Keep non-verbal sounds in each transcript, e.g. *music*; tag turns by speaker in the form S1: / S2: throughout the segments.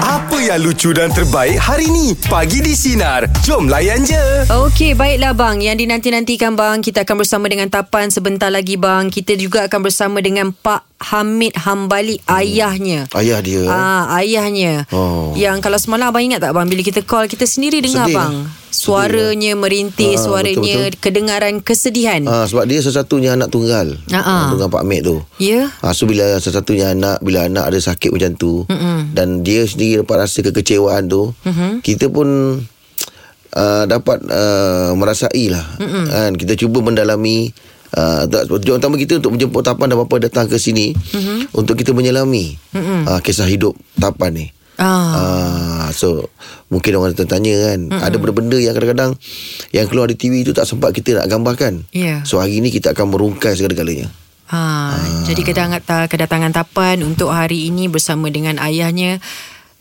S1: Apa yang lucu dan terbaik hari ni? Pagi di Sinar. Jom layan je.
S2: Okey, baiklah bang. Yang dinanti-nantikan bang, kita akan bersama dengan Tapan sebentar lagi bang. Kita juga akan bersama dengan Pak Hamid Hambali ayahnya.
S3: Hmm. Ayah dia
S2: Ah, ayahnya.
S3: Oh.
S2: Yang kalau semalam abang ingat tak bang bila kita call kita sendiri dengar
S3: Sedih.
S2: bang. Suaranya merintih,
S3: Ah,
S2: suaranya
S3: betul-betul.
S2: kedengaran kesedihan.
S3: ha, Sebab dia sesatunya anak tunggal
S2: Ha, ha.
S3: Anak Tunggal Pak Mat tu
S2: Ya.
S3: ha, So bila sesatunya anak Bila anak ada sakit macam tu Mm-mm. Dan dia sendiri dapat rasa kekecewaan tu mm-hmm. Kita pun uh, Dapat uh, merasai lah kan? Kita cuba mendalami Uh, tak, tujuan utama kita untuk menjemput Tapan dan Bapa datang ke sini mm-hmm. Untuk kita menyelami mm-hmm. uh, Kisah hidup Tapan ni
S2: Ah.
S3: Ah, so mungkin orang tertanya kan mm-hmm. ada benda-benda yang kadang-kadang yang keluar di TV itu tak sempat kita nak gambarkan.
S2: Ya.
S3: So hari ini kita akan merungkai segala-galanya.
S2: Ha, jadi
S3: Ah.
S2: kedatangan ta- kedatangan Tapan untuk hari ini bersama dengan ayahnya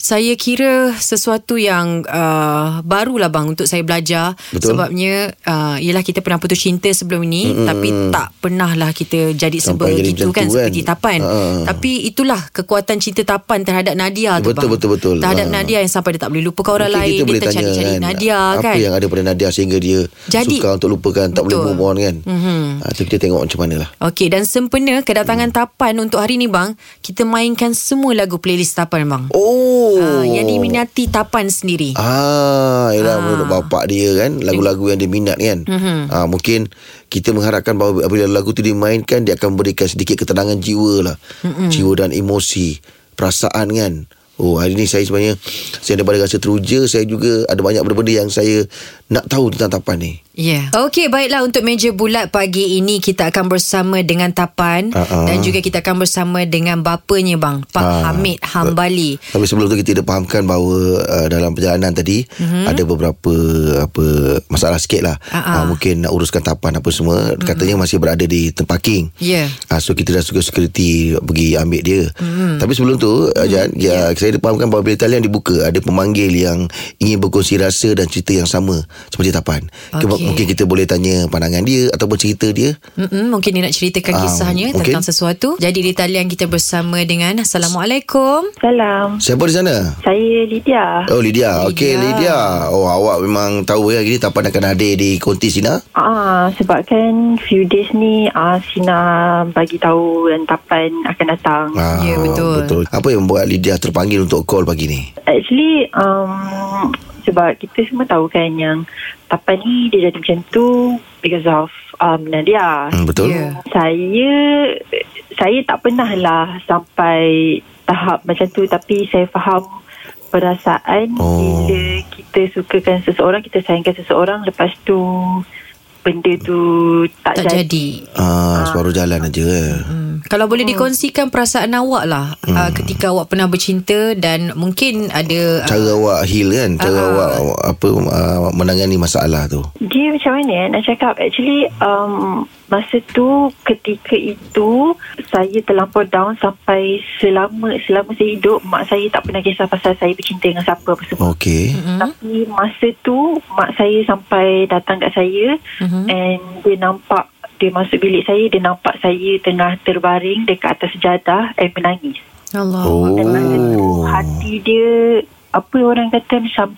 S2: saya kira sesuatu yang uh, barulah bang untuk saya belajar
S3: Betul.
S2: sebabnya uh, ialah kita pernah putus cinta sebelum ni mm tapi tak pernahlah kita jadi
S3: Sampai jadi
S2: sebegitu
S3: macam
S2: kan,
S3: tu, kan?
S2: seperti Tapan
S3: Ha.
S2: tapi itulah kekuatan cinta Tapan terhadap Nadia tu
S3: Betul,
S2: bang
S3: betul, betul.
S2: terhadap
S3: Ha.
S2: Nadia yang sampai dia tak boleh lupakan orang
S3: Mungkin
S2: lain
S3: kita boleh
S2: dia
S3: tanya
S2: tercari-cari
S3: kan
S2: Nadia
S3: apa
S2: kan
S3: yang ada pada Nadia sehingga dia
S2: Jadi-
S3: sukar untuk lupakan tak boleh
S2: Betul.
S3: move on kan. Mm-hmm. Ha, so kita tengok macam mana lah.
S2: Okey dan sempena kedatangan
S3: Hmm.
S2: Tapan untuk hari ni bang kita mainkan semua lagu playlist Tapan bang
S3: Oh.
S2: Ah, yang diminati Tapan sendiri.
S3: Ah,
S2: Ah.
S3: ialah
S2: Mhm.
S3: ah. menurut bapak dia kan lagu-lagu yang dia minat kan. Mm-hmm. Ah, mungkin kita mengharapkan bahawa bila lagu tu dimainkan dia akan berikan sedikit ketenangan jiwa lah.
S2: Mhm.
S3: Mm-hmm. Jiwa dan emosi, perasaan kan. Oh, hari ni saya sebenarnya saya daripada rasa teruja, saya juga ada banyak benda-benda yang saya nak tahu tentang tapan ni.
S2: Ya. Yeah. Okey, baiklah untuk meja bulat pagi ini kita akan bersama dengan Tapan
S3: Ah, ah.
S2: dan juga kita akan bersama dengan bapanya bang, Pak
S3: Ah,
S2: Hamid Hambali.
S3: Tapi sebelum tu kita dah fahamkan bahawa uh, dalam perjalanan tadi mm-hmm. ada beberapa apa masalah sikit lah.
S2: Mhm. Ah, Mhm. ah.
S3: Uh, mungkin nak uruskan tapan apa semua. Mm-hmm. Katanya masih berada di tempat parking.
S2: Ya.
S3: Uh, so kita dah suka security pergi ambil dia.
S2: Hmm.
S3: Mm-hmm. Tapi sebelum tu mm-hmm. Jan, ya, saya dah fahamkan bahawa bila talian dibuka ada pemanggil yang ingin berkongsi rasa dan cerita yang sama seperti tapan. Ke-
S2: Okey.
S3: Mungkin kita boleh tanya pandangan dia ataupun cerita dia.
S2: Mm-mm, mungkin dia nak ceritakan
S3: Ah,
S2: kisahnya
S3: mungkin.
S2: tentang sesuatu. Jadi di talian kita bersama dengan Assalamualaikum.
S4: Salam.
S3: Siapa di sana?
S4: Saya Lydia.
S3: Oh Lydia. Okey
S2: Lydia.
S3: Lydia. Oh awak memang tahu ya hari ni tapan akan hadir di Konti Sina.
S4: Ah, sebab kan few days ni ah, Sina bagi tahu dan Tapan akan datang.
S3: Ah,
S2: Ya, betul.
S3: betul. Apa yang membuat Lydia terpanggil untuk call pagi ni?
S4: Actually, um, sebab kita semua tahu kan yang Tapan ni dia jadi macam tu because of um, Nadia.
S3: Hmm, betul.
S2: Ya.
S4: Saya saya tak pernah lah sampai tahap macam tu tapi saya faham perasaan
S3: Oh.
S4: oh. bila kita sukakan seseorang, kita sayangkan seseorang lepas tu benda tu tak,
S2: Tak
S4: jadi.
S2: jadi.
S3: Ah, separuh jalan aja. eh.
S2: Hmm. Kalau boleh dikongsikan perasaan awak lah
S3: Hmm.
S2: ah, ketika awak pernah bercinta dan mungkin ada ah,
S3: Cara awak heal kan, cara
S2: Ah.
S3: awak awak apa ah, menangani masalah tu.
S4: Dia macam mana eh, nak cakap Actually um, Masa tu Ketika itu Saya terlampau down Sampai selama Selama saya hidup Mak saya tak pernah kisah Pasal saya bercinta dengan siapa Apa semua
S3: Okey.
S4: hmm. Tapi masa tu Mak saya sampai Datang kat saya
S2: Mhm.
S4: hmm. And dia nampak Dia masuk bilik saya Dia nampak saya Tengah terbaring Dekat atas sejadah And menangis
S2: Allah.
S4: Dan masa tu
S3: Oh.
S4: Hati dia Apa orang kata Macam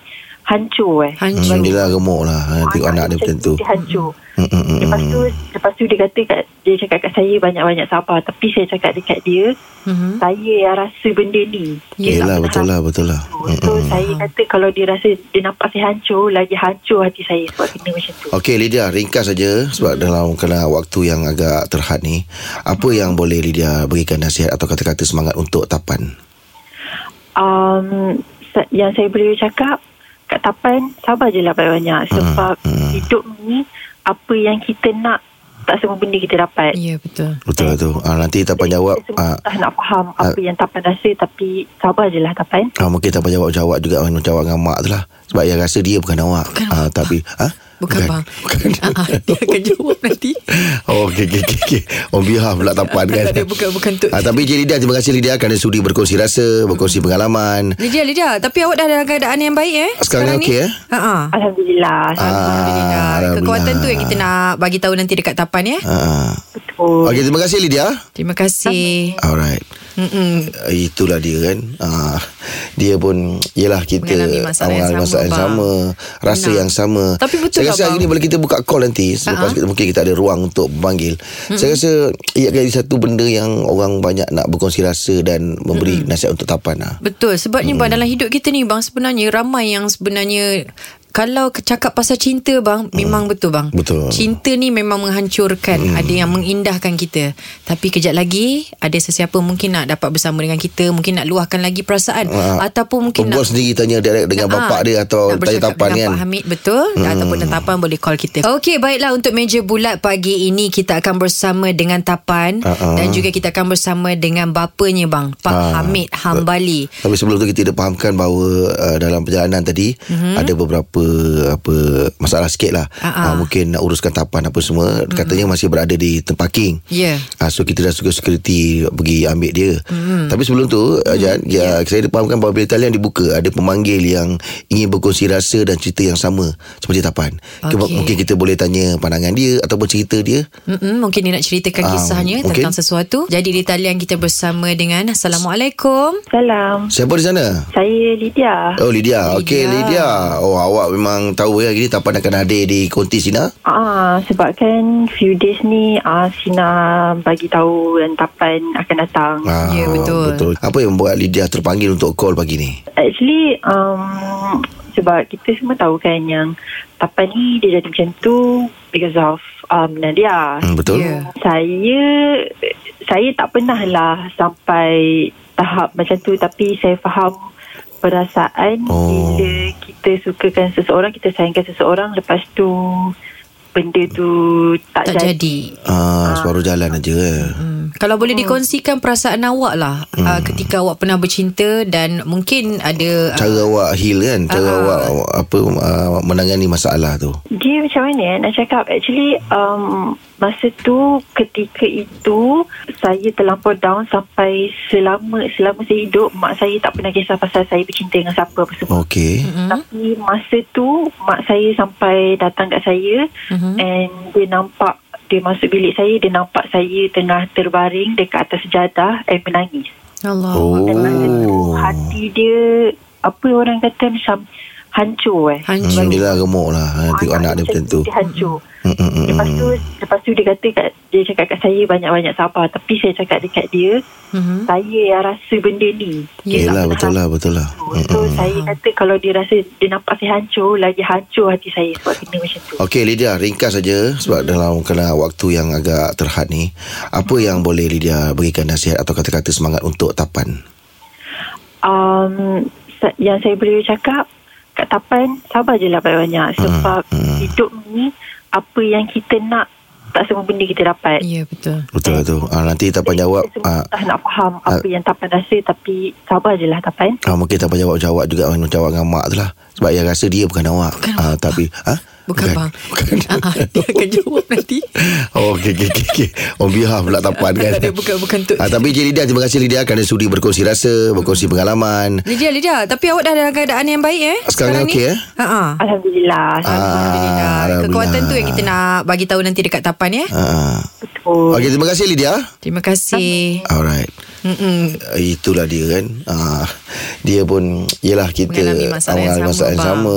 S4: Hancur eh
S3: Hmm,
S2: Hancur.
S3: yelah gemuk lah ha, Tengok anak dia macam tu
S4: Dia hancur
S3: Mm, mm, mm,
S4: Lepas tu
S3: mm.
S4: Lepas tu dia kata kat, Dia cakap kat saya Banyak-banyak sabar Tapi saya cakap dekat dia
S2: Mhm.
S4: Saya yang rasa benda ni Dia
S3: Yelah
S4: tak
S3: betul
S4: pernah
S3: lah Betul lah
S4: hancur.
S3: Mm,
S4: So
S3: mm.
S4: saya kata Kalau dia rasa Dia nampak saya hancur Lagi hancur hati saya Sebab kena macam tu
S3: Okey Lydia Ringkas saja Sebab dalam kena waktu yang agak terhad ni Apa yang boleh Lydia Berikan nasihat atau kata-kata semangat Untuk Tapan
S4: um, sa- Yang saya boleh cakap Kat Tapan Sabar je lah
S3: Mm,
S4: banyak-banyak Sebab Hidup ni Apa yang kita nak Tak semua benda kita dapat
S2: Ya
S3: *laughs*
S2: betul.
S3: Betul lah tu ha, Nanti Tapan jawab
S4: Kita semua
S3: ha,
S4: susah nak faham Apa yang Tapan rasa Tapi Sabar je lah Tapan
S3: ah, ha, Mungkin Tapan jawab Jawab juga Macam jawab ah, dengan mak tu lah Sebab Sebab yang rasa dia bukan awak
S2: Bukan
S3: Ah,
S2: awak,
S3: Tapi ha?
S2: Bukan, bang.
S3: Bukan
S2: Ah, ah, dia akan jawab nanti.
S3: *laughs* Oh okay, okay, okay, okay. On behalf pula tapan kan
S2: Tak ada, bukan- bukan untuk-
S3: ah, Tapi Cik Lidia Terima kasih Lidia Kerana sudi berkongsi rasa Berkongsi pengalaman
S2: Lidia, Lidia. Tapi awak dah dalam keadaan yang baik eh?
S3: Sekarang ni okey, eh? Ah,
S2: Ha-ha.
S4: Alhamdulillah.
S2: ha. Alhamdulillah.
S3: Alhamdulillah.
S2: Kekuatan tu yang kita nak bagi tahu nanti dekat Tapan eh.
S3: ah.
S4: Betul.
S3: Okay terima kasih Lidia
S2: Terima kasih.
S3: Alright Mm-mm. Itulah dia kan ah, Dia pun Yelah kita
S2: Mengalami masalah yang
S3: mengalami masalah yang
S2: sama,
S3: sama Rasa
S2: Benar.
S3: yang sama
S2: Tapi betul
S3: Saya
S2: tak,
S3: rasa hari
S2: bang?
S3: ni Bila kita buka call nanti Selepas kita, mungkin kita ada ruang Untuk panggil Saya rasa Ia jadi satu benda yang Orang banyak nak berkongsi rasa Dan memberi nasihat untuk tapan lah.
S2: Betul. Sebabnya bang dalam hidup kita ni bang sebenarnya ramai yang sebenarnya kalau ke- cakap pasal cinta bang memang betul bang.
S3: Hmm. Betul. Hmm.
S2: Cinta ni memang menghancurkan, ada yang mengindahkan kita. Tapi kejap lagi ada sesiapa mungkin nak dapat bersama dengan kita, mungkin nak luahkan lagi perasaan
S3: Ah.
S2: ataupun mungkin nak
S3: Perempuan sendiri tanya direct
S2: Ah,
S3: dengan bapak dia atau
S2: nak
S3: tanya
S2: bercakap
S3: tapan
S2: dengan
S3: kan.
S2: Pak Hamid betul hmm. ataupun dengan tapan boleh call kita. Okey baiklah untuk meja bulat pagi ini kita akan bersama dengan tapan
S3: Ah, ah.
S2: dan juga kita akan bersama dengan bapanya bang Pak
S3: Ah.
S2: Hamid Hambali.
S3: Tapi sebelum tu kita dipahamkan bahawa uh, dalam perjalanan tadi mm-hmm. ada beberapa apa masalah sikit lah.
S2: Mhm. Ah, Mhm. ah.
S3: Uh, mungkin nak uruskan tapan apa semua mm-hmm. katanya masih berada di tempat parking.
S2: Ya.
S3: Ah, so kita dah suka security pergi ambil dia.
S2: Mhm.
S3: Mm. Tapi sebelum tu mm. Jan, ya, saya dipahamkan bahawa bila talian dibuka ada pemanggil yang ingin berkongsi rasa dan cerita yang sama seperti Tapan.
S2: Okey.
S3: Ke- Mungkin kita boleh tanya pandangan dia ataupun cerita dia.
S2: Mm-mm, mungkin dia nak ceritakan
S3: Ah,
S2: kisahnya
S3: mungkin.
S2: tentang sesuatu. Jadi di talian kita bersama dengan Assalamualaikum.
S4: Salam.
S3: Siapa di sana?
S4: Saya Lydia.
S3: Oh Lydia.
S2: Lydia.
S3: Okey Lydia. Oh awak memang tahu ya hari ni Tapan akan hadir di Konti Sina.
S4: Ah, sebab kan few days ni ah, Sina bagi tahu rentapan akan datang.
S3: Ah,
S2: Ya, betul.
S3: betul. Apa yang membuat Lydia terpanggil untuk call pagi ni?
S4: Actually um, Sebab kita semua tahu kan Yang Tapan ni Dia jadi macam tu Because of um, Nadia
S3: Hmm, betul.
S2: Ya.
S4: Saya Saya tak pernah lah Sampai Tahap macam tu Tapi saya faham Perasaan
S3: Oh.
S4: Bila kita sukakan seseorang Kita sayangkan seseorang Lepas tu Benda tu Tak,
S2: Tak
S4: jadi,
S2: jadi.
S3: Ah, separuh jalan aja. Eh.
S2: Hmm. Kalau boleh dikongsikan perasaan awak lah hmm. uh, ketika awak pernah bercinta dan mungkin ada ah,
S3: Cara awak heal kan, cara
S2: Ah.
S3: awak awak apa ah, menangani masalah tu.
S4: Dia macam mana eh, nak cakap Actually um, Masa tu Ketika itu Saya terlampau down Sampai selama Selama saya hidup Mak saya tak pernah kisah Pasal saya bercinta dengan siapa Apa semua
S3: Okey.
S4: hmm. Tapi masa tu Mak saya sampai Datang kat saya
S2: Mhm.
S4: And dia nampak Dia masuk bilik saya Dia nampak saya Tengah terbaring Dekat atas sejadah And menangis
S2: Allah.
S3: Oh. Hmm,
S4: Dan masa tu Hati dia Apa orang kata Macam Hancur eh
S2: Hancur.
S3: Hmm, dia lah gemuk lah. Ah, Tengok anak dia macam tu.
S4: Dia hancur
S3: Hmm, hmm, hmm,
S4: Lepas tu
S3: hmm.
S4: Lepas tu dia kata kat, Dia cakap kat saya Banyak-banyak sabar Tapi saya cakap dekat dia
S2: Mhm.
S4: Saya yang rasa benda ni Dia tak
S3: Yelah,
S4: pernah
S3: betul lah,
S4: rasa
S3: betul lah.
S4: tu.
S3: Hmm,
S4: So
S3: hmm.
S4: saya kata Kalau dia rasa Dia nampak saya hancur Lagi hancur hati saya Sebab kena macam tu
S3: Okey Lydia, ringkas saja sebab dalam kena waktu yang agak terhad ni. Apa yang boleh Lydia berikan nasihat atau kata-kata semangat untuk Tapan?
S4: um, sa- Yang saya boleh cakap Kat Tapan Sabar je lah banyak-banyak Sebab
S3: hmm.
S4: hidup ni Apa yang kita nak Tak semua benda kita dapat
S2: Ya
S3: *laughs*
S2: betul.
S3: Betul lah tu. Ah, nanti Tapan jawab.
S4: Kita semua
S3: Ah,
S4: tak nak faham Apa yang Tapan rasa Tapi sabar je lah Tapan
S3: Ah, mungkin tak payah jawab-jawab juga Macam jawab dengan mak tu lah Sebab yang rasa dia bukan awak bukan ah, Tapi ha?
S2: Bukan, bang.
S3: Bukan
S2: *laughs* Ah, ah, dia akan jawab nanti.
S3: *laughs* Oh okay, okay, okay, okay. On behalf pula tapan kan
S2: Tak ada, bukan- bukan untuk-
S3: *laughs* ah, Tapi Cik Lidia Terima kasih Lidia Kerana sudi berkongsi rasa Berkongsi pengalaman
S2: Lidia, Lidia. Tapi awak dah dalam keadaan yang baik eh?
S3: Sekarang ni okey, eh?
S2: Ha ah.
S4: Alhamdulillah
S2: Alhamdulillah.
S3: Alhamdulillah.
S2: Kekuatan tu yang kita nak bagi tahu nanti dekat Tapan ya.
S3: ah.
S4: Betul
S3: Okay terima kasih Lidia
S2: Terima kasih.
S3: Alright
S2: Mm-mm.
S3: Ah, Itulah dia kan ah, Dia pun Yelah kita
S2: Mengalami masalah yang
S3: mengalami
S2: sama,
S3: masalah yang
S2: bang.
S3: sama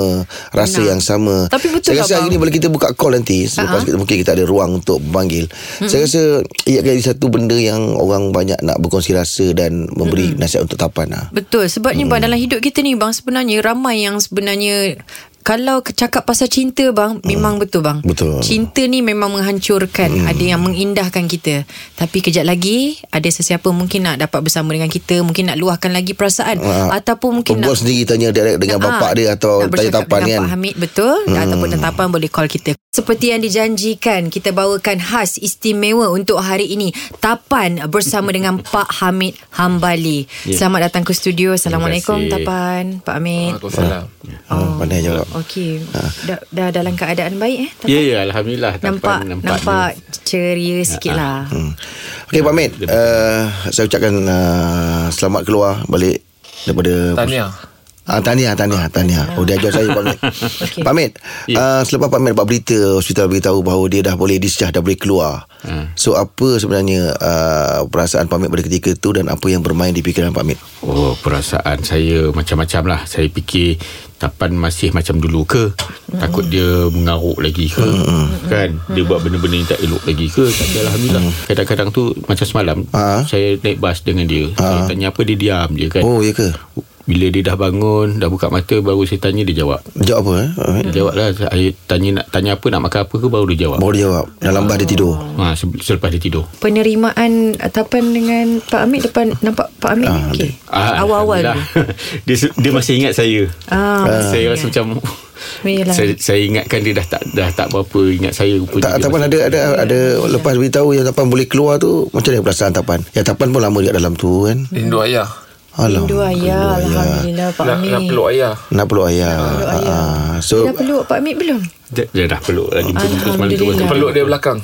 S3: Rasa
S2: Benar.
S3: yang sama
S2: Tapi betul
S3: Saya
S2: tak,
S3: rasa hari
S2: bang?
S3: ni Bila kita buka call nanti Selepas
S2: Ha-ha.
S3: kita, mungkin kita ada ruang Untuk panggil Saya rasa Ia jadi satu benda yang Orang banyak nak berkongsi rasa Dan memberi nasihat untuk tapan lah
S2: Betul. Sebabnya bang dalam hidup kita ni bang sebenarnya ramai yang sebenarnya Kalau ke- cakap pasal cinta bang, memang betul bang.
S3: Hmm. Betul. Hmm.
S2: Cinta ni memang menghancurkan. Ada yang mengindahkan kita. Tapi kejap lagi ada sesiapa mungkin nak dapat bersama dengan kita, mungkin nak luahkan lagi perasaan
S3: Ah,
S2: ataupun mungkin
S3: Perempuan
S2: nak
S3: sendiri tanya direct dengan bapak
S2: Ah,
S3: dia atau
S2: nak
S3: tanya
S2: bercakap
S3: tapan
S2: dengan
S3: kan.
S2: Pak Hamid betul hmm. ataupun tetapan boleh call kita. Seperti yang dijanjikan, kita bawakan khas istimewa untuk hari ini. Tapan bersama dengan Pak Hamid Hambali. Selamat datang ke studio. Assalamualaikum
S5: kasih.
S2: Tapan, Pak Hamid.
S5: Waalaikumsalam.
S3: Oh, pandai jawab.
S2: Okey. Dah, dah dalam keadaan baik eh?
S5: Ya, ya. Alhamdulillah.
S2: nampak
S5: tampaknya-
S2: nampak, nampak ceria sikit lah.
S3: Hmm. Okey Pak Hamid, uh, saya ucapkan uh, selamat keluar balik daripada
S6: Tahniah.
S3: Ah, tahniah, tahniah, tahniah. Oh, dia ajar saya Pak Hamid.
S2: Okey.
S3: Pak Hamid, uh, selepas Pak Hamid dapat berita hospital beritahu bahawa dia dah boleh discharge, dah boleh keluar.
S5: Hmm.
S3: So, apa sebenarnya uh, perasaan Pak Hamid pada ketika itu dan apa yang bermain di fikiran Pak Hamid?
S5: Oh, perasaan saya macam-macam lah. Saya fikir Tapan masih macam dulu ke? Takut dia mengaruk lagi ke? Kan? Dia buat benda-benda yang tak elok lagi ke? Tapi Alhamdulillah. Kadang-kadang tu macam semalam,
S3: Ah.
S5: saya naik bas dengan dia. Saya tanya apa, dia diam je kan?
S3: Oh, ya ke?
S5: Bila dia dah bangun, dah buka mata, baru saya tanya, dia jawab.
S3: Jawab apa? Eh? Pak Hamid?
S5: Dia jawab lah. Saya tanya, nak tanya apa, nak makan apa ke, baru dia jawab.
S3: Baru dia jawab. Dalam bah dia tidur.
S5: Ha, se- selepas dia tidur.
S2: Penerimaan Tapan dengan Pak Hamid depan nampak Pak Hamid ah, okey.
S5: Ah,
S2: Awal-awal dulu.
S5: Alhamdulillah. *laughs* dia se- dia masih ingat saya.
S2: Ah, lah.
S5: Ah, saya rasa macam
S2: Yelah.
S5: saya, saya ingatkan dia dah tak dah tak berapa ingat saya rupanya.
S3: Tak,
S5: Oh, Dia
S3: Tapan
S5: masih-
S3: ada ada ada lepas beritahu yang Tapan boleh keluar tu macam mana perasaan Tapan? Ya Tapan pun lama juga dalam tu kan.
S6: Rindu ayah.
S3: Alah.
S2: Rindu ayah ya, Alhamdulillah Pak
S6: Nak,
S2: Amir
S6: nak peluk ayah.
S3: Nak Lah, peluk ayah.
S2: peluk
S3: Ah,
S2: ayah.
S3: ah. So
S2: Dah peluk Pak Amir belum?
S5: dia, dia dah peluk lagi
S2: Alhamdulillah.
S5: semalam tu masih
S6: Peluk dia belakang.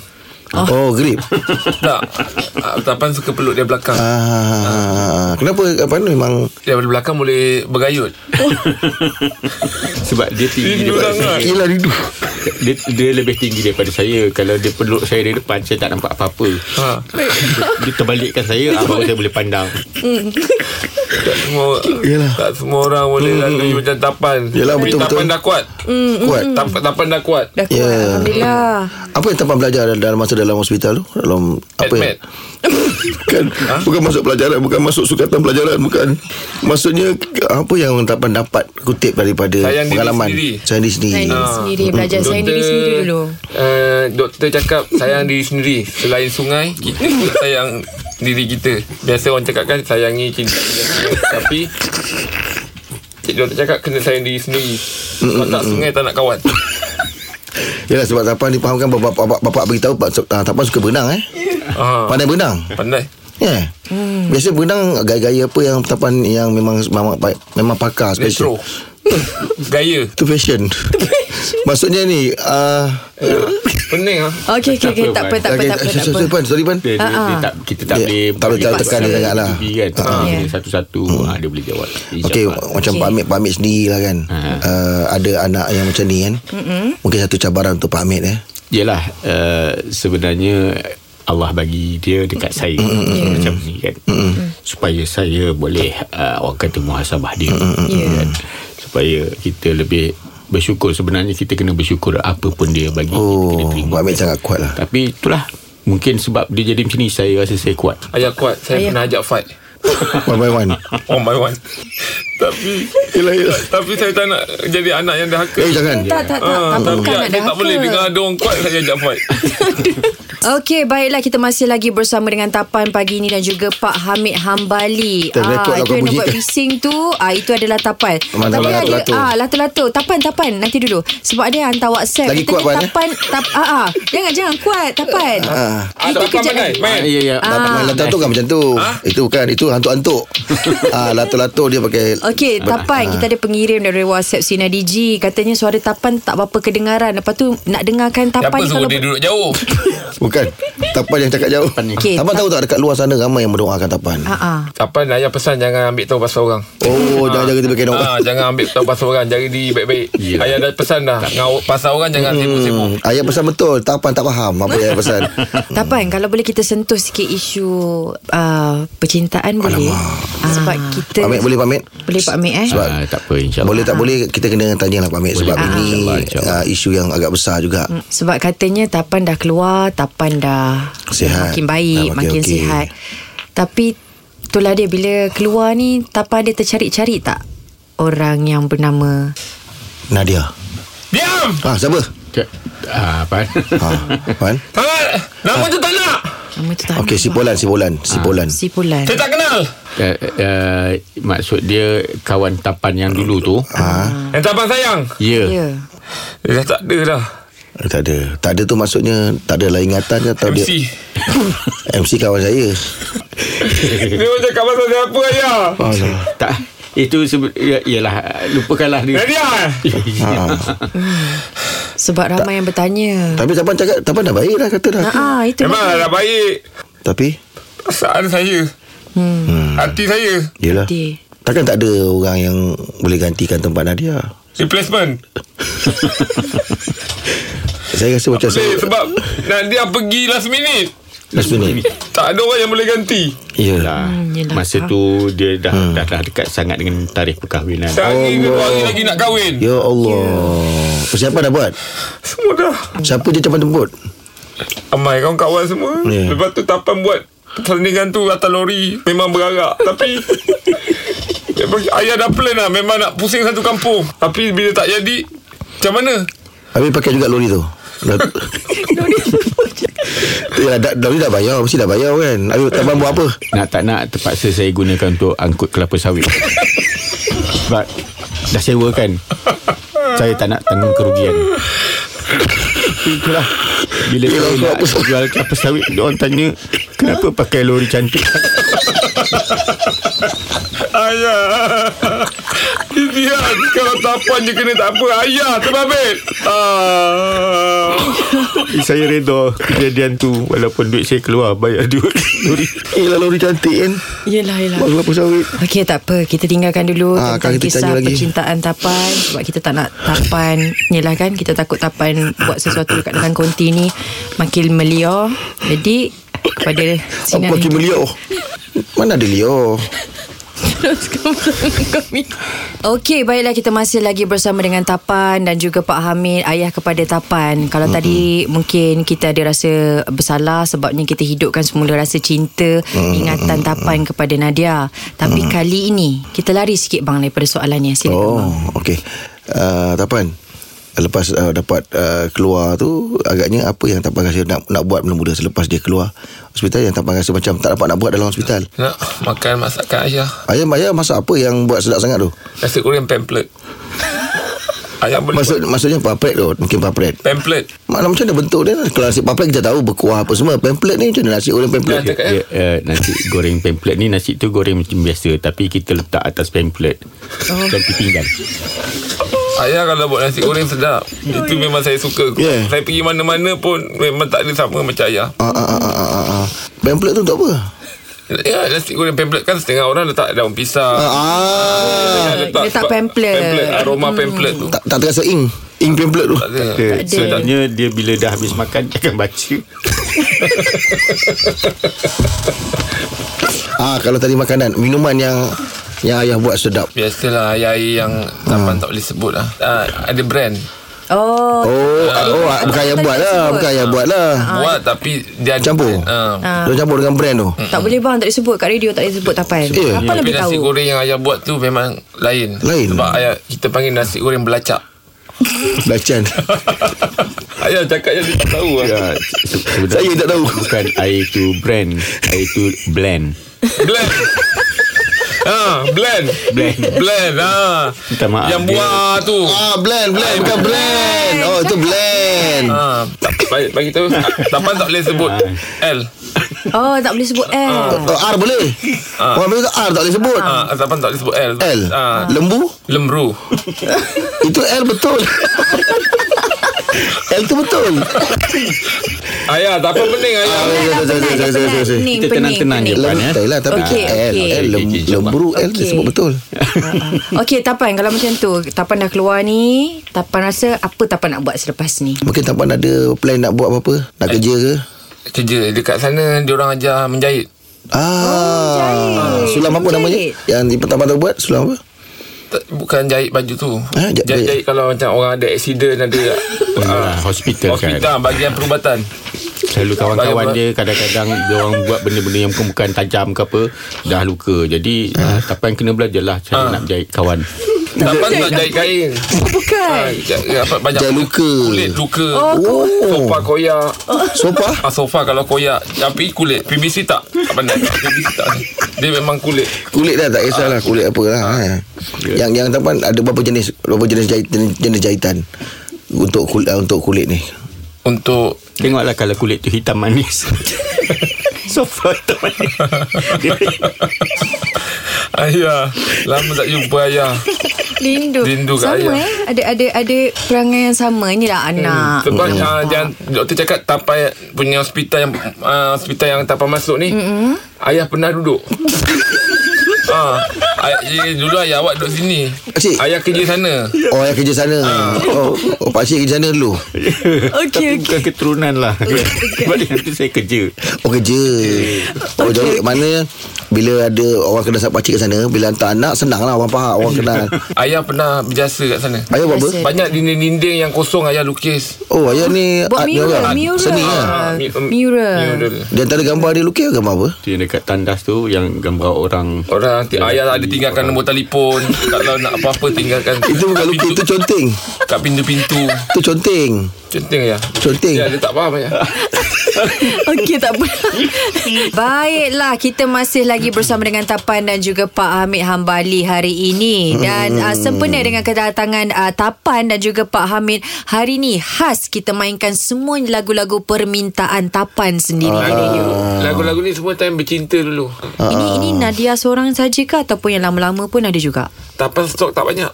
S3: oh grip.
S6: *laughs* tak. Ah, Tapan suka peluk dia belakang.
S3: ah, kenapa apa ni memang
S6: Dia dari belakang boleh bergayut.
S5: sebab dia tinggi
S6: Rindu
S5: daripada
S6: sangat.
S5: saya.
S3: Yelah rindu
S5: Dia, dia lebih tinggi daripada saya. Kalau dia peluk saya dari depan saya tak nampak apa-apa.
S6: Ha.
S5: Dia, dia terbalikkan saya ah, baru saya boleh pandang.
S6: Tak semua
S3: Yelah. Hmm,
S6: tak semua orang boleh lalui macam Tapan.
S3: Yelah,
S6: Tapi
S3: betul,
S6: Tapan
S3: betul.
S6: dah kuat.
S3: Kuat
S6: Tapan, tapan dah kuat.
S2: Dah kuat
S3: Ya.
S2: Alhamdulillah
S3: Apa yang Tapan belajar dalam- dalam masa dalam hospital tu? Dalam apa
S6: Admit.
S3: yang Bukan Bukan masuk pelajaran Bukan masuk sukatan pelajaran Bukan Maksudnya Apa yang Tapan dapat Kutip daripada
S6: Sayang diri
S3: pengalaman
S6: sendiri. Ha.
S3: Sayang diri sendiri
S2: Sayang diri sendiri Belajar sayang diri
S6: Doktor,
S2: sendiri dulu
S6: Uh, doktor cakap sayang diri sendiri. Selain sungai, kita pun sayang diri kita. Biasa orang cakap kan sayangi kita. Tapi cik doktor cakap kena sayang diri sendiri. Kalau tak sungai tak nak kawan.
S3: Yalah sebab Tapan dipahamkan Bapak, bapak, bapak beritahu Pak- ah, Tapan suka berenang eh
S6: Ha,
S3: Pandai berenang
S6: pandai.
S3: Ya. Yeah. Hmm. Biasa berenang gaya-gaya apa yang tapan yang memang memang, memang pakar
S6: Retro.
S3: special.
S6: Gaya.
S3: Tu fashion. Maksudnya ni uh,
S6: Pening ah.
S2: Okey okey okey tak
S5: Tak
S2: apa
S5: apa,
S2: tak apa tak apa, tak
S3: sorry,
S2: apa.
S3: Pan, sorry Pan.
S5: Dia, dia, dia,
S2: Ah, ah.
S5: tak, kita tak
S3: Dia-
S5: boleh
S3: tak boleh
S5: boleh
S3: tekan dia sangat lah.
S5: TV kan. Tapi
S2: Ah.
S5: dia
S2: Ya.
S5: Satu-satu ah, dia boleh jawab.
S3: Okey, macam Pak Amir, Pak Amir sendiri lah kan.
S5: Ha.
S3: Uh, ada anak yang macam ni kan. Mungkin satu cabaran untuk Pak Amir eh.
S5: Yelah uh, Sebenarnya Allah bagi dia dekat saya Macam ni kan Supaya saya boleh uh, Orang kata muhasabah dia
S2: Ya.
S5: kan? Supaya kita lebih Bersyukur Sebenarnya kita kena bersyukur Apa pun dia bagi Kita kena
S3: Oh,
S5: terima
S3: Pak Amir sangat kuat lah.
S5: Tapi itulah Mungkin sebab dia jadi macam ni Saya rasa saya kuat
S6: Ayah kuat. Saya
S2: Ayah.
S6: pernah ajak fight.
S3: One by
S5: *laughs*
S3: one.
S6: One by one. tapi
S3: Yelah, yelah.
S6: tapi saya tak nak jadi anak yang dahaka.
S3: Eh, jangan.
S2: Tak tak tak
S6: Ah,
S2: tak
S6: tapi
S2: bukan nak
S6: saya tak boleh dengan
S2: dah.
S6: ada orang kuat saya ajak fight.
S2: Okey baiklah kita masih lagi bersama dengan Tapan pagi ini dan juga Pak Hamid Hambali.
S3: Tak rekod lah
S2: itu
S3: kau
S2: yang
S3: bunyikan.
S2: buat bising tu ah itu adalah Tapan.
S3: Mana
S2: Tapi ada
S3: lato-lato.
S2: ah lato-lato. Tapan Tapan nanti dulu sebab ada yang hantar WhatsApp.
S3: Lagi
S2: Kita
S3: kuat,
S2: ni
S3: Pan, eh?
S2: Tapan tap, ah, ah. jangan jangan kuat Tapan.
S3: Ah.
S6: Ah,
S2: Kita
S6: Tapan
S2: kejap
S6: pandai.
S2: lagi.
S6: Main.
S5: ya, ya.
S3: Lata
S2: Ah.
S3: main lato tu kan macam tu.
S5: Ha?
S3: Itu bukan, itu
S5: *laughs*
S3: hantuk-hantuk. ah, lato-lato dia pakai
S2: Okey,
S3: Ah.
S2: Tapan. Kita ada pengirim dari WhatsApp Sina DG. Katanya suara Tapan tak berapa kedengaran. Lepas tu nak dengarkan
S6: Siapa
S2: Tapan ni
S6: suruh dia duduk jauh?
S3: Bukan Tapan yang cakap jauh
S2: Okey.
S3: Tapan tahu tak Dekat luar sana ramai yang mendoakan Tapan
S2: Ah, ah.
S6: Tapan ayah pesan jangan ambil tahu pasal orang.
S3: Oh jangan jangan tiba kena
S6: Ah, jangan ambil tahu pasal orang. Jaga diri baik-baik.
S5: Ya.
S6: Ayah dah pesan dah. Ngau pasal orang jangan sibuk-sibuk.
S3: Hmm, ayah pesan betul Tapan tak faham Apa yang ayah pesan
S2: *laughs* Tapan, kalau boleh kita sentuh sikit isu uh, percintaan boleh? Ah. Sebab kita...
S3: Pamit boleh pamit
S2: Boleh Pak Amir eh?
S3: Sebab-
S5: Ah, Tak apa insyaAllah
S3: Boleh tak boleh Kita kena tanya lah Pak Mek
S5: Boleh,
S3: Sebab
S5: boleh.
S3: ini
S5: InsyaAllah, insyaAllah.
S3: ah, Isu yang agak besar juga
S2: Sebab katanya Tapan dah keluar, Tapan dah
S3: Sihat.
S2: makin baik,
S3: Dah makin
S2: makin
S3: okey.
S2: sihat. Tapi itulah dia bila keluar ni Tapan dia tercari-cari tak orang yang bernama
S3: Nadia
S6: Diam
S3: Ha siapa
S5: Cak, ah, apa? *laughs*
S3: Ha
S6: *laughs*
S3: Wan
S6: Tak nak Nama tu tak nak
S2: Nama tu tak
S3: Okey si
S2: nampak.
S3: Polan Si Polan
S6: Ah.
S3: Si Polan
S2: Si Pulan
S6: Saya tak kenal
S5: uh, uh, maksud dia kawan tapan yang dulu tu.
S3: Ha
S6: Yang tabang sayang
S5: Ya. Yeah.
S2: Ya
S6: Dia dah tak ada dah
S3: eh, Tak ada Tak ada tu maksudnya Tak adalah ingatan ke atau
S6: MC
S3: dia MC kawan saya
S6: Dia macam kabar saya apa ayah
S3: Alah
S5: *laughs* Tak itu sebe- ya- ialah lupakanlah
S6: *laughs*
S5: dia.
S6: Nadia eh?
S2: Sebab ramai yang bertanya
S3: Ah, Tapi Tapan cakap Tapan dah baik dah kata dah
S2: Ah, itu
S6: Memang
S2: dia.
S6: dah baik
S3: Tapi
S6: Perasaan saya
S3: Ha.
S6: hmm. Hati saya
S3: Yelah
S2: Dia.
S3: Takkan tak ada orang yang Boleh gantikan tempat Nadia
S6: Replacement
S3: Saya rasa macam
S6: Boleh
S3: saya
S6: sebab Nadia pergi last minute
S3: Last minute
S6: Tak ada orang yang boleh ganti
S3: Yelah
S5: Lah.
S2: Hmm, yelah.
S5: Masa tu dia dah, hmm. dah dah dekat sangat dengan tarikh perkahwinan.
S6: Sehari ke dua hari lagi nak kahwin
S3: Ya Allah
S2: Ya.
S3: Persiapan dah buat
S6: Semua dah
S3: Siapa je capan tempur
S6: Amai kawan-kawan semua
S3: Ya.
S6: yeah. Lepas tu Tapan buat Pertandingan tu atas lori Memang berarak *laughs* Tapi Ya, Ayah dah plan lah Memang nak pusing satu kampung Tapi bila tak jadi Macam mana
S3: Habis pakai juga lori tu Dah- *laughs* Yelah, dah, lori dah bayar Mesti dah bayar kan Habis Tapan buat apa
S5: Nak tak nak terpaksa saya gunakan untuk angkut kelapa sawit. Sebab dah sewa kan. Saya tak nak tanggung kerugian. Itulah bila saya nak jual kelapa sawit orang tanya kenapa pakai lori cantik.
S6: Ayah *laughs* Kesian Kalau Tapan je kena tak apa Ayah terbabit ah.
S5: saya reda kejadian tu walaupun duit saya keluar bayar duit lori.
S3: Eh lah lori cantik kan
S2: Yelah yelah
S3: Buat kelapa sawit
S2: Okey tak apa Kita tinggalkan dulu Tentang
S3: Ah, akan kita
S2: kisah
S3: tanya lagi.
S2: percintaan tapan Sebab kita tak nak tapan Yelah kan Kita takut tapan Buat sesuatu dekat dalam konti ni Makin melior Jadi Kepada
S3: Apa
S2: Sinar
S3: makin beliau Mana ada liau
S2: *laughs* Okey baiklah kita masih lagi bersama dengan Tapan dan juga Pak Hamid ayah kepada Tapan. Kalau mm-hmm. tadi mungkin kita ada rasa bersalah sebabnya kita hidupkan semula rasa cinta mm-hmm. ingatan Tapan kepada Nadia. Tapi mm-hmm. kali ini kita lari sikit bang daripada soalannya silakan. Oh.
S3: Oh, okey. Uh, Tapan, lepas uh, dapat uh, keluar tu agaknya apa yang Tapan rasa nak nak buat mula-mula selepas dia keluar hospital yang Tapan rasa macam tak dapat nak buat dalam hospital.
S6: Nak makan masakan Ayah
S3: Ayam ayam masak apa yang buat sedap sangat tu?
S6: Nasi goreng *laughs* pamphlet Ayah boleh
S3: Maksud
S6: Maksud
S3: maksudnya papret tu, mungkin papret.
S6: Pamphlet
S3: Mana macam mana bentuk dia? Kalau nasi papret kita tahu berkuah apa semua. Pamphlet ni macam mana nasi goreng pamphlet?
S6: Dah cakap eh?
S5: Ya, uh, nasi goreng pamphlet ni nasi tu goreng macam biasa tapi kita letak atas pamphlet.
S2: Oh.
S5: Dan pinggan.
S6: Ayah kalau buat nasi goreng sedap Itu memang saya suka
S3: Yeah.
S6: Saya pergi mana-mana pun Memang tak ada sama macam ayah
S3: Ah, ah, ah, ah, ah, ah. Pamphlet tu untuk apa?
S6: Ya nasi goreng pamphlet kan Setengah orang letak daun pisang
S3: Ah,
S6: Setengah
S2: letak
S6: sebab-
S2: pamphlet. Hmm.
S6: pamphlet Aroma pamphlet tu
S3: tak, tak terasa ing. Ing pamphlet tu.
S6: Tak ada
S5: Dia,
S2: ada.
S5: sebenarnya dia bila dah habis makan dia akan baca.
S3: Ah, kalau tadi makanan, minuman yang yang ayah buat sedap.
S6: Biasalah air-air yang Tapan tak boleh sebut lah Ah, Ada brand
S2: oh.
S3: Oh, oh, ah, bukan ayah buat lah, bukan ayah buat lah.
S2: Ah, ya.
S6: Buat tapi Dia ada
S3: Campur?
S6: brand. Ah.
S3: Dia campur dengan brand tu.
S2: Tak boleh bang tak boleh sebut kat radio tak boleh sebut Tapan.
S3: Eh,
S2: Tapan
S6: Tapi
S2: lebih
S6: nasi
S2: tahu.
S6: goreng yang ayah buat tu Memang lain
S3: Lain.
S6: Sebab ayah Kita panggil nasi goreng
S3: *laughs*
S6: belacak
S3: Belacan.
S6: Ayah cakap yang dia tak tahu lah
S5: Ya, se- sebenarnya
S3: Saya tak tahu.
S5: Bukan air tu brand, air tu blend.
S6: Blend Ha, blend
S5: Blend.
S6: Blend ha.
S5: Minta maaf.
S6: Yang
S5: Dia-
S6: buah tu
S3: Ah, blend, blend, bukan blend. Oh, itu blend.
S6: Ha, tak, bagi, bagi tahu Tapan tak boleh sebut
S5: Ah.
S6: L
S2: Oh tak boleh sebut eh.
S3: Oh, R boleh. Orang Melayu tu R tak boleh sebut.
S6: ha, Tapan tak boleh sebut L
S3: L.
S6: ha,
S3: Lembu.
S6: Lemru
S3: Itu L betul. *laughs* L tu betul.
S6: Ayah tak apa pening ayah
S2: Pening,
S5: Kita
S2: pening,
S5: tenang-tenang je.
S2: pening.
S5: Lembu,
S3: Lembu lah tapi
S2: Okey, okey.
S3: L L
S5: eh? Okey,
S3: lem-
S5: jom,
S3: lemburu
S2: Okey.
S3: L disebut betul.
S2: Ha, Okey Tapan Kalau macam tu Tapan dah keluar ni Tapan rasa Apa Tapan nak buat selepas ni
S3: Mungkin tak pernah ada plan nak buat apa-apa,
S5: Eh.
S3: nak kerja ke?
S6: Kerja dekat sana Diorang ajar menjahit
S2: Oh,
S3: Ah, sulam apa namanya? Yang pertama tu buat sulam apa?
S6: Tak, Bukan jahit baju tu
S3: Ha, jahit-
S6: jahit, jahit kalau macam orang ada aksiden Ada
S5: Ah, hospital, hospital
S6: hospital bagian perubatan
S5: kan. Selalu kawan-kawan
S6: Bayar-
S5: dia kadang-kadang dia orang buat benda-benda yang
S2: Ah.
S5: ah, lah bukan tajam ke apa dah luka. Jadi uh, tapan kena belajarlah cara nak jahit kawan.
S6: Tapan nak jahit kain
S2: *laughs* Bukan.
S6: Ah, ja- ja- apa, Banyak
S3: Jahit luka.
S6: Kulit luka
S3: Oh.
S6: Sofa koyak
S3: Sofa
S6: *laughs* ah, Sofa kalau koyak Tapi kulit PVC tak Tak pandai tak PVC tak Dia memang kulit
S3: Kulit dah tak
S5: Ah,
S3: kisahlah Kulit apa lah ha. Yang yang tampan Ada berapa jenis Berapa jenis jahitan Jenis jahitan Untuk kulit Untuk kulit ni
S6: Untuk *laughs*
S5: Tengoklah kalau kulit tu hitam manis Sofa hitam manis
S6: Ayah Lama tak jumpa ayah
S2: Rindu.
S6: Rindu kat
S2: sama
S6: ayah.
S2: eh. Ada ada ada perangai yang sama. Inilah anak.
S6: Sebab hmm. uh, jangan, doktor cakap tapai punya hospital yang uh, hospital yang tapai masuk ni. Mm-hmm. Ayah pernah duduk. ah, ay- eh, dulu ayah awak duduk sini.
S3: Cik.
S6: Ayah kerja sana.
S3: Oh yang kerja sana
S5: Ah.
S3: Oh, oh pakcik kerja sana dulu
S5: Tapi
S2: Okey
S5: bukan
S2: okey.
S5: keturunan lah Sebab dia tu saya kerja
S3: Oh kerja Oh jadi mana Bila ada Orang kenal sahabat pakcik kat sana Bila hantar anak Senang lah orang faham Orang
S2: *laughs*
S3: kenal
S6: Ayah pernah berjasa kat sana.
S3: Ayah buat apa
S2: Biasa.
S6: Banyak dinding-dinding yang kosong ayah lukis.
S3: Oh ayah ni
S2: Buat
S3: art ni
S2: mural,
S3: orang.
S2: mural.
S3: Seni lah
S6: Ah, mi- um,
S2: Mural.
S6: mural.
S3: Di antara gambar dia lukis gambar apa
S5: Tu yang dekat tandas tu Yang gambar orang
S6: Orang nanti ayah ada tinggalkan nombor telefon. Kalau nak apa-apa tinggalkan.
S3: *laughs* Itu bukan
S6: Kat
S3: lukis
S6: pintu-
S3: Itu conteng
S6: Kat pintu-pintu.
S3: Itu conteng
S6: Centeng ayah.
S3: Conteng
S6: Ya, dia tak faham ayah.
S2: Okey tak
S6: *laughs*
S2: apa Baiklah Kita masih lagi bersama dengan Tapan Dan juga Pak Hamid Hambali hari ini Dan uh, sempena dengan kedatangan uh, Tapan Dan juga Pak Hamid Hari ini khas kita mainkan semua lagu-lagu permintaan Tapan sendiri
S3: Ah.
S2: hari ini
S6: Lagu-lagu ni semua time bercinta dulu.
S2: Ini, ini Nadia seorang saja ke Ataupun yang lama-lama pun ada *laughs* juga
S6: Tapan stok tak banyak.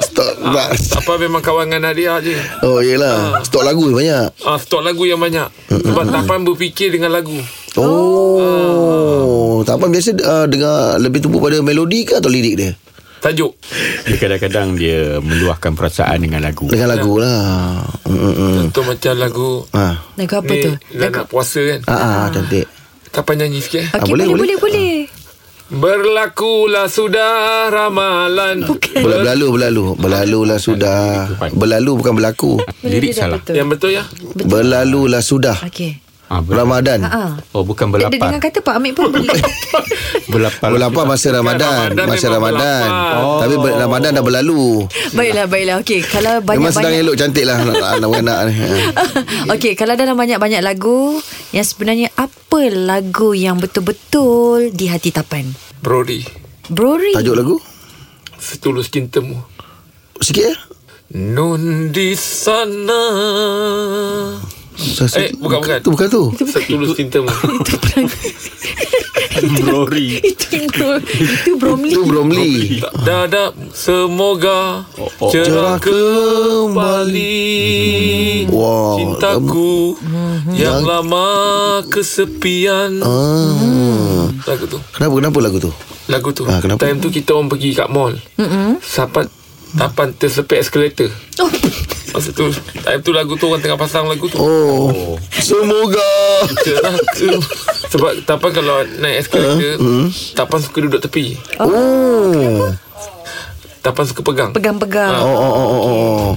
S3: Stok tak-
S6: Apa memang kawan dengan Nadia je
S3: Oh yelah Stok lagu banyak
S6: Ah, stok lagu yang banyak Sebab Tapan berfikir dengan lagu
S3: Oh Tak apa biasa uh, Dengar lebih tumpu pada melodi ke Atau lirik dia
S6: Tajuk
S5: Dia kadang-kadang dia Meluahkan perasaan dengan lagu
S3: Dengan lagu lah mm, mm, mm.
S6: Contoh macam lagu
S3: Ah,
S2: Lagu apa
S6: Ni
S2: tu?
S6: Dah nak puasa kan
S3: ah, ah, cantik
S6: Tapan nyanyi sikit eh.
S2: Okey
S3: Ah, boleh,
S2: boleh boleh
S3: boleh.
S2: boleh
S6: Berlakulah sudah ramalan
S3: Bel- Berlalu Berlalu Berlalu lah sudah Berlalu bukan berlaku
S5: Lirik salah
S2: Betul.
S6: Yang betul ya
S3: Berlalu lah sudah
S2: Okey
S5: ah, ber-
S3: Ramadan
S2: Ah.
S5: Oh bukan
S2: Dia dia dengan
S5: berlapar
S2: kata Pak Amir pun
S3: *laughs*
S2: boleh
S5: Berlapar *laughs*
S3: Berlapar masa Ramadan
S6: Ramadan
S3: Masa
S6: memang
S3: Ramadan
S6: berlapar.
S3: oh. Tapi ber- Ramadan dah berlalu
S2: Baiklah baiklah Okey kalau
S3: Memang sedang
S2: banyak-banyak
S3: elok cantik lah Anak-anak ni Ah.
S2: *laughs* Okey, kalau dalam banyak-banyak lagu yang sebenarnya apa lagu yang betul-betul di hati Tapan?
S6: Brody
S2: Brori.
S3: Tajuk lagu
S6: Setulus cintamu
S3: Sikit ya
S6: Nun di sana Eh, bukan, bukan.
S3: Tu bukan tu
S6: Setulus cintamu
S5: Brori
S2: Itu intro. *laughs* Itu Bromley.
S3: Tu Bromley
S6: Dada Semoga
S5: oh.
S6: Cerah
S3: Cerah
S6: kembali
S3: Wow.
S6: Hmm. Cintaku Yang lama Kesepian
S3: ah.
S6: Lagu tu
S3: Kenapa kenapa lagu tu
S6: Lagu tu
S3: Ah, kenapa?
S6: Time tu kita orang pergi kat mall mm-hmm. Sapat Tapan terselepek eskalator
S2: Oh,
S6: Masa tu Time tu lagu tu Orang tengah pasang lagu tu
S3: Oh, Semoga
S6: Cerah ke- Sebab Tapan kalau naik
S3: Ah,
S6: eskalator Tapan suka duduk tepi
S3: hmm. Oh
S6: Tapan suka pegang
S3: Oh
S2: pegang-pegang.
S3: oh oh oh, oh.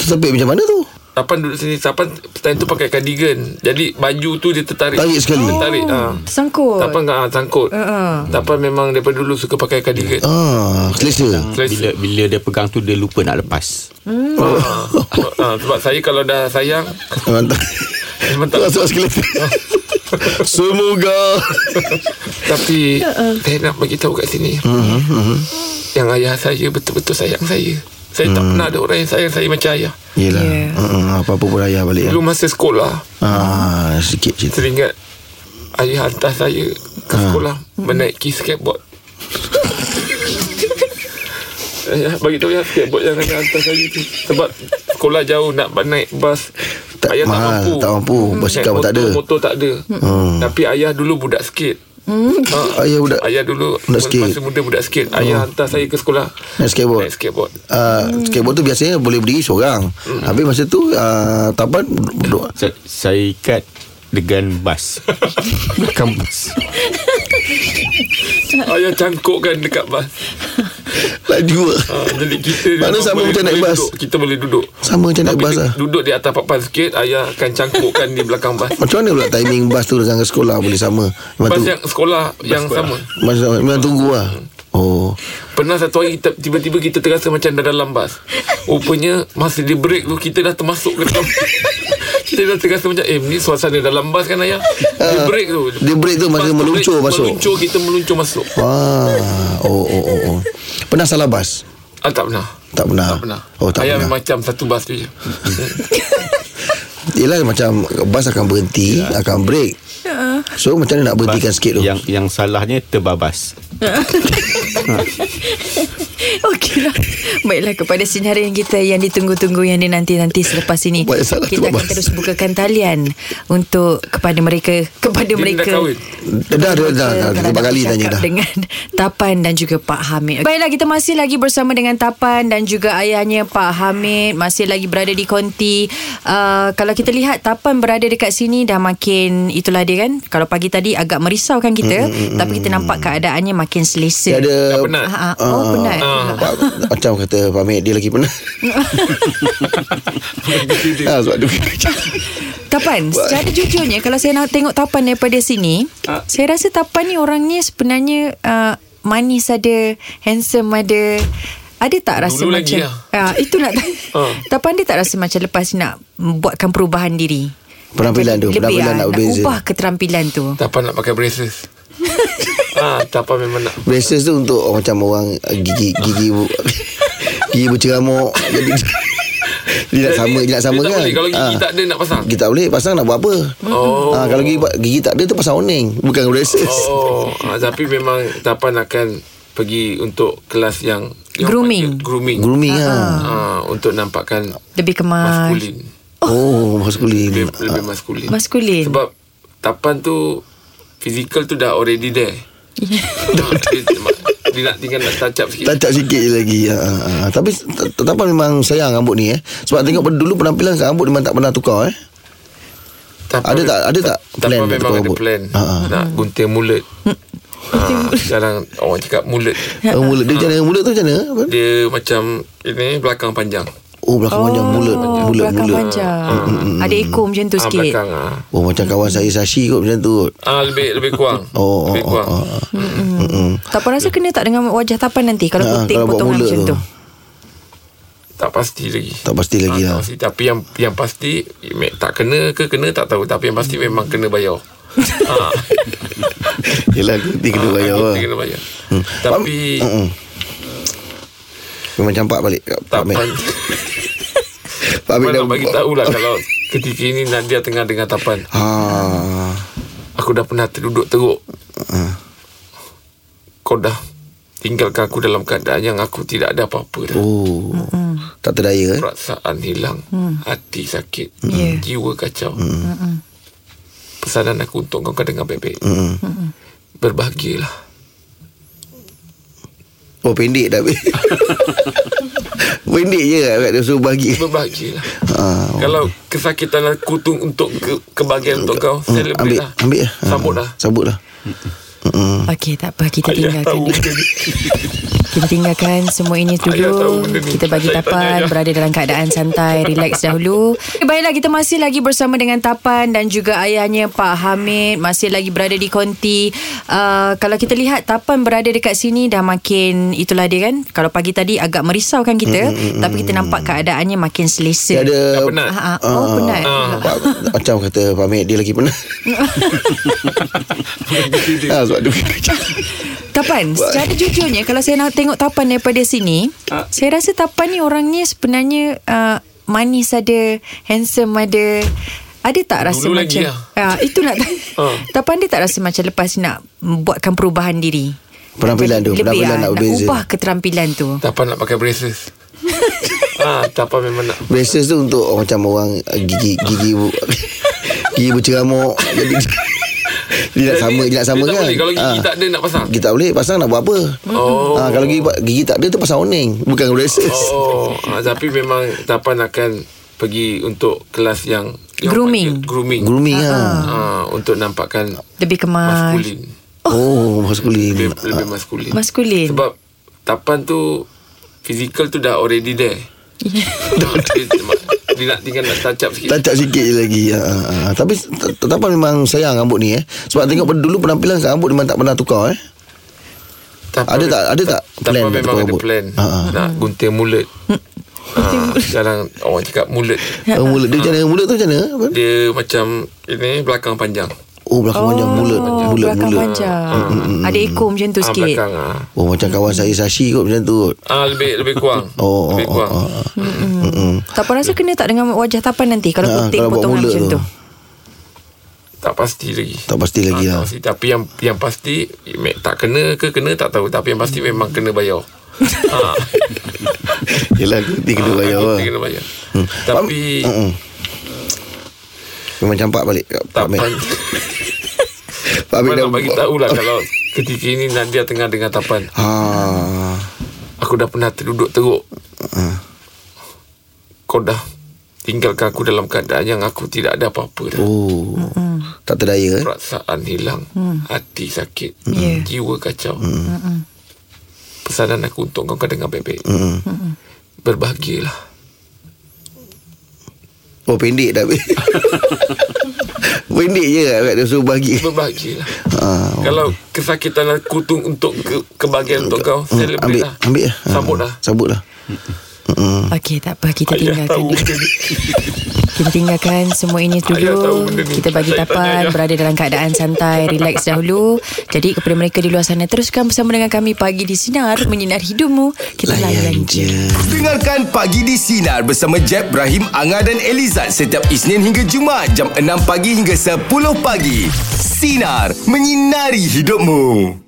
S3: Tersepit macam mana tu
S6: Tapan duduk sini Tapan time tu pakai cardigan Jadi baju tu dia tertarik
S3: Tarik sekali.
S6: Tertarik
S2: Hmm,
S6: ah.
S2: Sangkut.
S6: Tapan kan ah, sangkut
S2: Uh-uh.
S6: Tapan memang daripada dulu suka pakai cardigan
S3: Ah, selesa
S5: bila,
S6: Selesa
S5: bila dia pegang tu Dia lupa nak lepas
S6: Ah, ah, Sebab saya kalau dah sayang
S3: *laughs* Mantap
S6: memang tak-
S3: Masuk sekali Semoga
S6: Tapi Saya nak bagi tahu kat sini Yang ayah saya betul-betul sayang saya Saya tak pernah ada orang yang sayang saya macam ayah
S3: Yelah
S2: Yeah.
S3: yeah. uh, Apa-apa pun ayah balik ya.
S6: Dulu masa sekolah
S3: ah, Sikit cerita
S6: Teringat Ayah hantar saya ke
S3: Ha.
S6: sekolah Menaiki skateboard Ayah bagi tahu ya skateboard yang ayah hantar saya tu Sebab sekolah jauh nak naik bas
S3: Tak
S6: ayah Hmm,
S3: mahal, tak mampu. Basikal pun
S6: Naik
S3: tak ada. Hmm.
S6: motor, Motor tak ada Tapi ayah dulu budak skate Ha,
S3: Ayah budak-
S6: Ayah dulu
S3: budak skate.
S6: Masa muda budak skate Ayah hantar saya ke sekolah
S3: Naik skateboard.
S6: Naik skateboard
S3: Uh, skateboard tu biasanya boleh berdiri seorang Habis masa tu uh, Tapan duduk
S5: Sa- Saya ikat Dengan
S3: *laughs*
S5: bas Belakang bas
S6: Ayah cangkukkan dekat bas
S3: Laju
S6: ha, Jadi kita
S3: Mana
S6: memang
S3: sama
S6: boleh-
S3: macam naik
S6: boleh
S3: bas?
S6: duduk, Kita boleh duduk
S3: Sama macam naik
S6: Tapi
S3: bas
S6: dia
S3: lah
S6: Duduk di atas papan sikit Ayah akan cangkukkan di belakang bas
S3: Macam mana pula timing *laughs* bas tu dengan sekolah boleh sama Memang
S6: Bas
S3: tu
S6: yang sekolah Yang sama
S3: Masa memang tunggu lah Oh
S6: Pernah satu hari kita, Tiba-tiba kita terasa Macam dah dalam bas Rupanya Masa dia break tu Kita dah termasuk ke dalam *laughs* Kita dah terasa macam Eh ni suasana dalam bas kan ayah Dia break tu
S3: Ah, Dia break tu masa
S6: Lepas
S3: meluncur
S6: break,
S3: masuk.
S6: Meluncur kita meluncur masuk
S3: Wah Oh oh oh, oh. Pernah salah bas?
S6: Ah tak pernah
S3: Tak pernah
S6: Tak pernah
S3: Oh tak
S6: Ayah
S3: pernah
S6: macam satu bas tu je
S3: Yelah macam Bas akan berhenti Akan break So macam mana nak berhentikan sikit tu
S5: Yang yang salahnya terbabas.
S2: *laughs* Okeylah. lah. Baiklah kepada sinarian kita yang ditunggu-tunggu yang dia nanti-nanti selepas ini.
S3: Buat yang salah tu,
S2: Kita akan
S3: Babas.
S2: terus bukakan talian untuk kepada mereka kepada
S6: Dia
S2: mereka.
S6: dah kahwin
S3: Dah dah dah, dah, dah,
S2: Kalau
S3: Berapa
S2: dapat
S3: kali
S2: bercakap
S3: tanya dah
S2: Dengan *laughs* Tapan dan juga Pak Hamid Baiklah kita masih lagi bersama dengan Tapan Dan juga ayahnya Pak Hamid Masih lagi berada di konti uh, Kalau kita lihat Tapan berada dekat sini Dah makin Itulah dia kan Kalau pagi tadi agak merisaukan
S3: Mm,
S2: kita Tapi kita nampak keadaannya makin selesa
S3: Dia ada
S6: Dah penat
S2: Ah, ah. Oh
S3: Ah,
S2: penat
S3: Pak, *laughs* Macam kata Pak Mek Dia lagi
S6: *laughs*
S3: penat ha, Sebab dia
S2: Tapan Secara jujurnya Kalau saya nak tengok Tapan daripada sini
S6: Ah.
S2: Saya rasa Tapan ni orangnya Sebenarnya uh, Manis ada Handsome ada ada tak rasa
S6: Dulu
S2: macam
S6: lagi lah.
S2: ah, Itu nak
S6: *laughs* Ah.
S2: Tapan dia tak rasa macam Lepas ni nak Buatkan perubahan diri
S3: Penampilan
S2: Jadi
S3: tu,
S2: lebih
S3: penampilan
S2: ah,
S3: nak berbeza.
S2: ubah keterampilan tu
S6: Tapan nak pakai
S3: *laughs*
S6: braces Ah, Tapan memang nak
S3: Braces tu untuk oh, Macam orang eh, Gigi Gigi bu- Gigi berceramuk Jadi Dia nak sama Dia nak sama
S6: dia tak
S3: kan
S6: boleh. Kalau gigi
S3: Ah.
S6: tak ada nak pasang.
S3: Gigi tak boleh Pasang nak buat apa
S6: Oh.
S3: Ah, Kalau gigi, gigi tak ada tu pasang oning Bukan braces
S6: Oh, ah, tapi memang Tapan akan pergi untuk kelas yang yang
S2: Grooming.
S6: panggil grooming.
S3: Grooming lah
S6: Ah, untuk nampakkan
S2: Lebih kemas
S6: maskulin.
S3: Oh maskulin
S6: Lebih, lebih maskulin.
S2: Maskulin.
S6: Sebab Tapan tu fizikal tu dah already
S2: *laughs*
S6: there. Ah, dia, dia nak tinggal nak touch up sikit.
S3: Tancap sikit je lagi ha, ha, ha. Tapi Tetapan memang sayang rambut ni eh Sebab tengok pada dulu penampilan Rambut memang tak pernah tukar eh
S6: Tapan,
S3: Ada tak- ada tak plan
S6: Tapan
S3: nak
S6: memang
S3: tukar
S6: ada
S3: rambut?
S6: plan.
S3: Ah, ah.
S6: Nak gunting
S2: *laughs*
S6: mulut. Ah, sekarang orang cakap mulut
S3: uh, Mulut dia macam mana Mulut tu macam mana Apa?
S6: dia macam ini belakang panjang.
S3: Oh belakang panjang Mulut Mulut
S2: Oh, belakang
S3: mulut
S2: panjang
S3: mm,
S2: Ada ekor macam tu
S6: Ah,
S2: sikit
S6: belakang ah.
S3: Oh macam kawan saya Sashi kot macam tu kot
S6: Ah lebih lebih kurang.
S3: *laughs* Oh, oh,
S6: lebih
S3: oh,
S6: kurang.
S3: oh, oh.
S2: Tapan rasa kena Mm, tak dengan wajah Tapan nanti Kalau
S3: Ah,
S2: putih
S3: kalau buat
S2: potongan
S3: mulut
S2: macam
S3: tu.
S2: tu,
S6: Tak pasti lagi.
S3: Tak pasti lagi
S6: Ah, tak
S3: lah
S6: pasti. Tapi yang yang pasti me- tak kena ke kena tak tahu. Tapi yang pasti memang kena bayar. ah,
S3: *laughs* Yelah Dia kena bayar
S6: kita
S3: lah
S6: Ah,
S3: hmm,
S6: kena bayar. Tapi
S3: Memang campak balik kat Pak
S6: tak
S3: Mek *laughs*
S6: pan,
S3: Pak Mek
S6: pan
S3: dah
S6: nak bagi tahulah kalau ketika ini Nadia tengah dengar tapan.
S3: ha.
S6: Aku dah pernah terduduk teruk.
S3: Hmm.
S6: Kau dah tinggalkan aku dalam keadaan yang aku tidak ada apa-apa dah.
S3: Oh Tak terdaya eh
S6: Perasaan hilang Hati sakit
S2: Hmm. Ya. Hmm.
S6: Jiwa kacau Pesanan aku untuk kau kau dengar baik-baik
S2: Hmm.
S6: Berbahagialah
S3: Oh pendek
S6: *laughs*
S3: dah Pendek je lah, kat dia suruh bagi
S6: Berbahagialah
S3: ha.
S2: Oh.
S6: Kalau kesakitan aku tu Untuk ke, kebahagiaan untuk kau
S2: Hmm.
S6: Celebrate
S3: Ambil
S6: lah
S3: Ambil lah
S6: Sambut lah
S3: Sambut lah
S2: Okey tak apa Kita
S6: Ayah
S2: tinggalkan
S6: tahu
S2: dulu
S6: benda ni.
S2: Kita tinggalkan semua ini
S6: Ayah tahu
S2: dulu.
S6: benda ni.
S2: Kita bagi
S6: Saya tanya
S2: Tapan
S6: ayah.
S2: berada dalam keadaan
S6: *laughs*
S2: santai, relax dahulu. Eh, Baiklah, kita masih lagi bersama dengan Tapan dan juga ayahnya Pak Hamid. Masih lagi berada di konti. Uh, kalau kita lihat Tapan berada dekat sini dah makin, itulah dia kan. Kalau pagi tadi agak merisaukan kita. tapi kita nampak keadaannya makin
S3: Dia
S2: selesa.
S3: ada
S6: Dah penat
S2: Ah, ah. oh,
S3: Ah.
S2: penat.
S3: Pak, Macam kata Pak Mek Dia lagi penat
S6: *laughs*
S3: ha, Sebab dia
S2: Tapan, secara jujurnya kalau saya nak tengok Tapan daripada sini,
S3: Ah.
S2: saya rasa Tapan ni orangnya sebenarnya uh, manis ada, handsome ada. Ada tak rasa
S6: Dulu
S2: macam
S6: lagi lah.
S2: Ah, itu
S6: *laughs*
S2: nak
S6: Ah.
S2: Tapan dia tak rasa macam lepas ni nak buatkan perubahan diri.
S3: Penampilan tu
S2: Lebih
S3: Penampilan
S2: ah,
S3: nak berbeza
S2: ubah keterampilan tu.
S6: Tapan nak pakai
S2: *laughs*
S6: braces ah, Tapan memang nak
S3: Braces tu untuk oh, Macam orang eh, Gigi Gigi bu- Gigi berceramuk Jadi Dia nak sama Dia nak sama
S6: dia tak
S3: kan
S6: boleh. Kalau
S3: Ah.
S6: gigi tak ada nak pasang
S3: Gigi tak boleh Pasang nak buat apa
S6: Oh.
S3: Ah, Kalau gigi, gigi tak ada tu pasang oning Bukan braces
S6: Oh, ah, tapi memang Tapan akan pergi untuk kelas yang, yang
S2: Grooming.
S6: panggil grooming.
S3: Grooming lah
S6: Ah, untuk nampakkan
S2: Lebih kemas.
S6: maskulin.
S3: Oh maskulin
S6: Lebih, lebih maskulin.
S2: Maskulin.
S6: Sebab Tapan tu fizikal tu dah already
S3: *laughs*
S6: there. Ah, dia, dia nak tinggal nak touch up sikit.
S3: Tancap sikit je lagi ha, ha, ha. Tapi t- Tetapan memang sayang rambut ni eh Sebab tengok pada dulu penampilan Rambut memang tak pernah tukar eh
S6: Tapi-
S3: Ada tak- ada tak plan
S6: Tapi
S3: nak
S6: memang ada
S3: terperabot?
S6: plan
S3: Ha, ha.
S6: Nak gunting mulut
S3: *laughs*
S6: ha, Jarang orang cakap mulut
S2: *laughs*
S3: Uh, mulut dia macam mana? Mulut tu macam mana? Abang?
S6: Dia macam Ini belakang panjang
S3: Oh belakang panjang mulut. Mulut
S2: belakang
S3: mulut. Mm,
S2: panjang. Mm, Ada ekor macam tu
S6: Ah,
S2: sikit.
S6: belakang ah.
S3: Oh macam kawan
S2: Hmm.
S3: saya Sashi kot macam tu. kot.
S6: Ah lebih lebih kurang.
S3: *laughs* Oh, oh,
S6: lebih
S3: oh,
S6: kurang.
S3: oh, oh. Mm-mm.
S2: Mm, Tapan rasa kena tak dengan wajah tapan nanti kalau
S3: Ha,
S2: gunting
S3: kalau buat
S2: potongan
S3: mulut
S2: macam tu.
S3: tu.
S6: Tak pasti lagi.
S3: Tak pasti lagi lah.
S6: Ah, *laughs* tak pasti. Tapi yang yang pasti me- tak kena ke kena tak tahu. Tapi yang pasti memang kena bayar.
S3: *laughs*
S6: ah,
S3: Yelah gunting kena bayar lah. Hmm,
S6: kita Ah, kena bayar. Tapi
S3: Mm-mm. Memang campak balik kat Pak
S6: tak
S3: Mek.
S6: pan-
S3: Pak Mek
S6: Tapan
S3: dah
S6: nak bagi tahu lah kalau ketika ini Nadia tengah dengar tapan.
S3: Ha.
S6: Aku dah pernah terduduk teruk.
S3: Hmm.
S6: Kau dah tinggalkan aku dalam keadaan yang aku tidak ada apa-apa dah.
S3: Oh. Tak terdaya eh.
S6: perasaan hilang hati sakit
S2: Ya.
S6: jiwa kacau
S3: Hmm.
S6: pesanan aku untuk kau kau dengar baik-baik
S3: Hmm.
S6: berbahagialah
S3: Oh pendek dah.
S6: *laughs*
S3: pendek je kat dia suruh bagi.
S6: berbahagialah
S3: Ha.
S6: kalau kesakitan aku tu untuk ke, kebahagiaan untuk kau
S3: ambil
S6: celebrate lah
S3: ambil lah. Ha,
S6: sambut lah
S3: Sambut lah.
S2: Okey, tak apa. Kita tinggalkan.
S6: Ayah tahu benda ni.
S2: Kita tinggalkan semua ini
S6: Ayah tahu
S2: dulu.
S6: benda ni.
S2: Kita bagi
S6: Saya tanya
S2: tapan
S6: ayah.
S2: berada dalam keadaan santai,
S6: *laughs*
S2: relax dahulu. Jadi kepada mereka di luar sana teruskan bersama dengan kami pagi di sinar menyinar hidupmu. Kita layan,
S3: Layan
S2: je.
S3: je.
S1: Dengarkan Pagi di Sinar bersama Jeb, Ibrahim, Anga dan Elizad setiap Isnin hingga Jumaat jam 6 pagi hingga 10 pagi. Sinar. Menyinari hidupmu.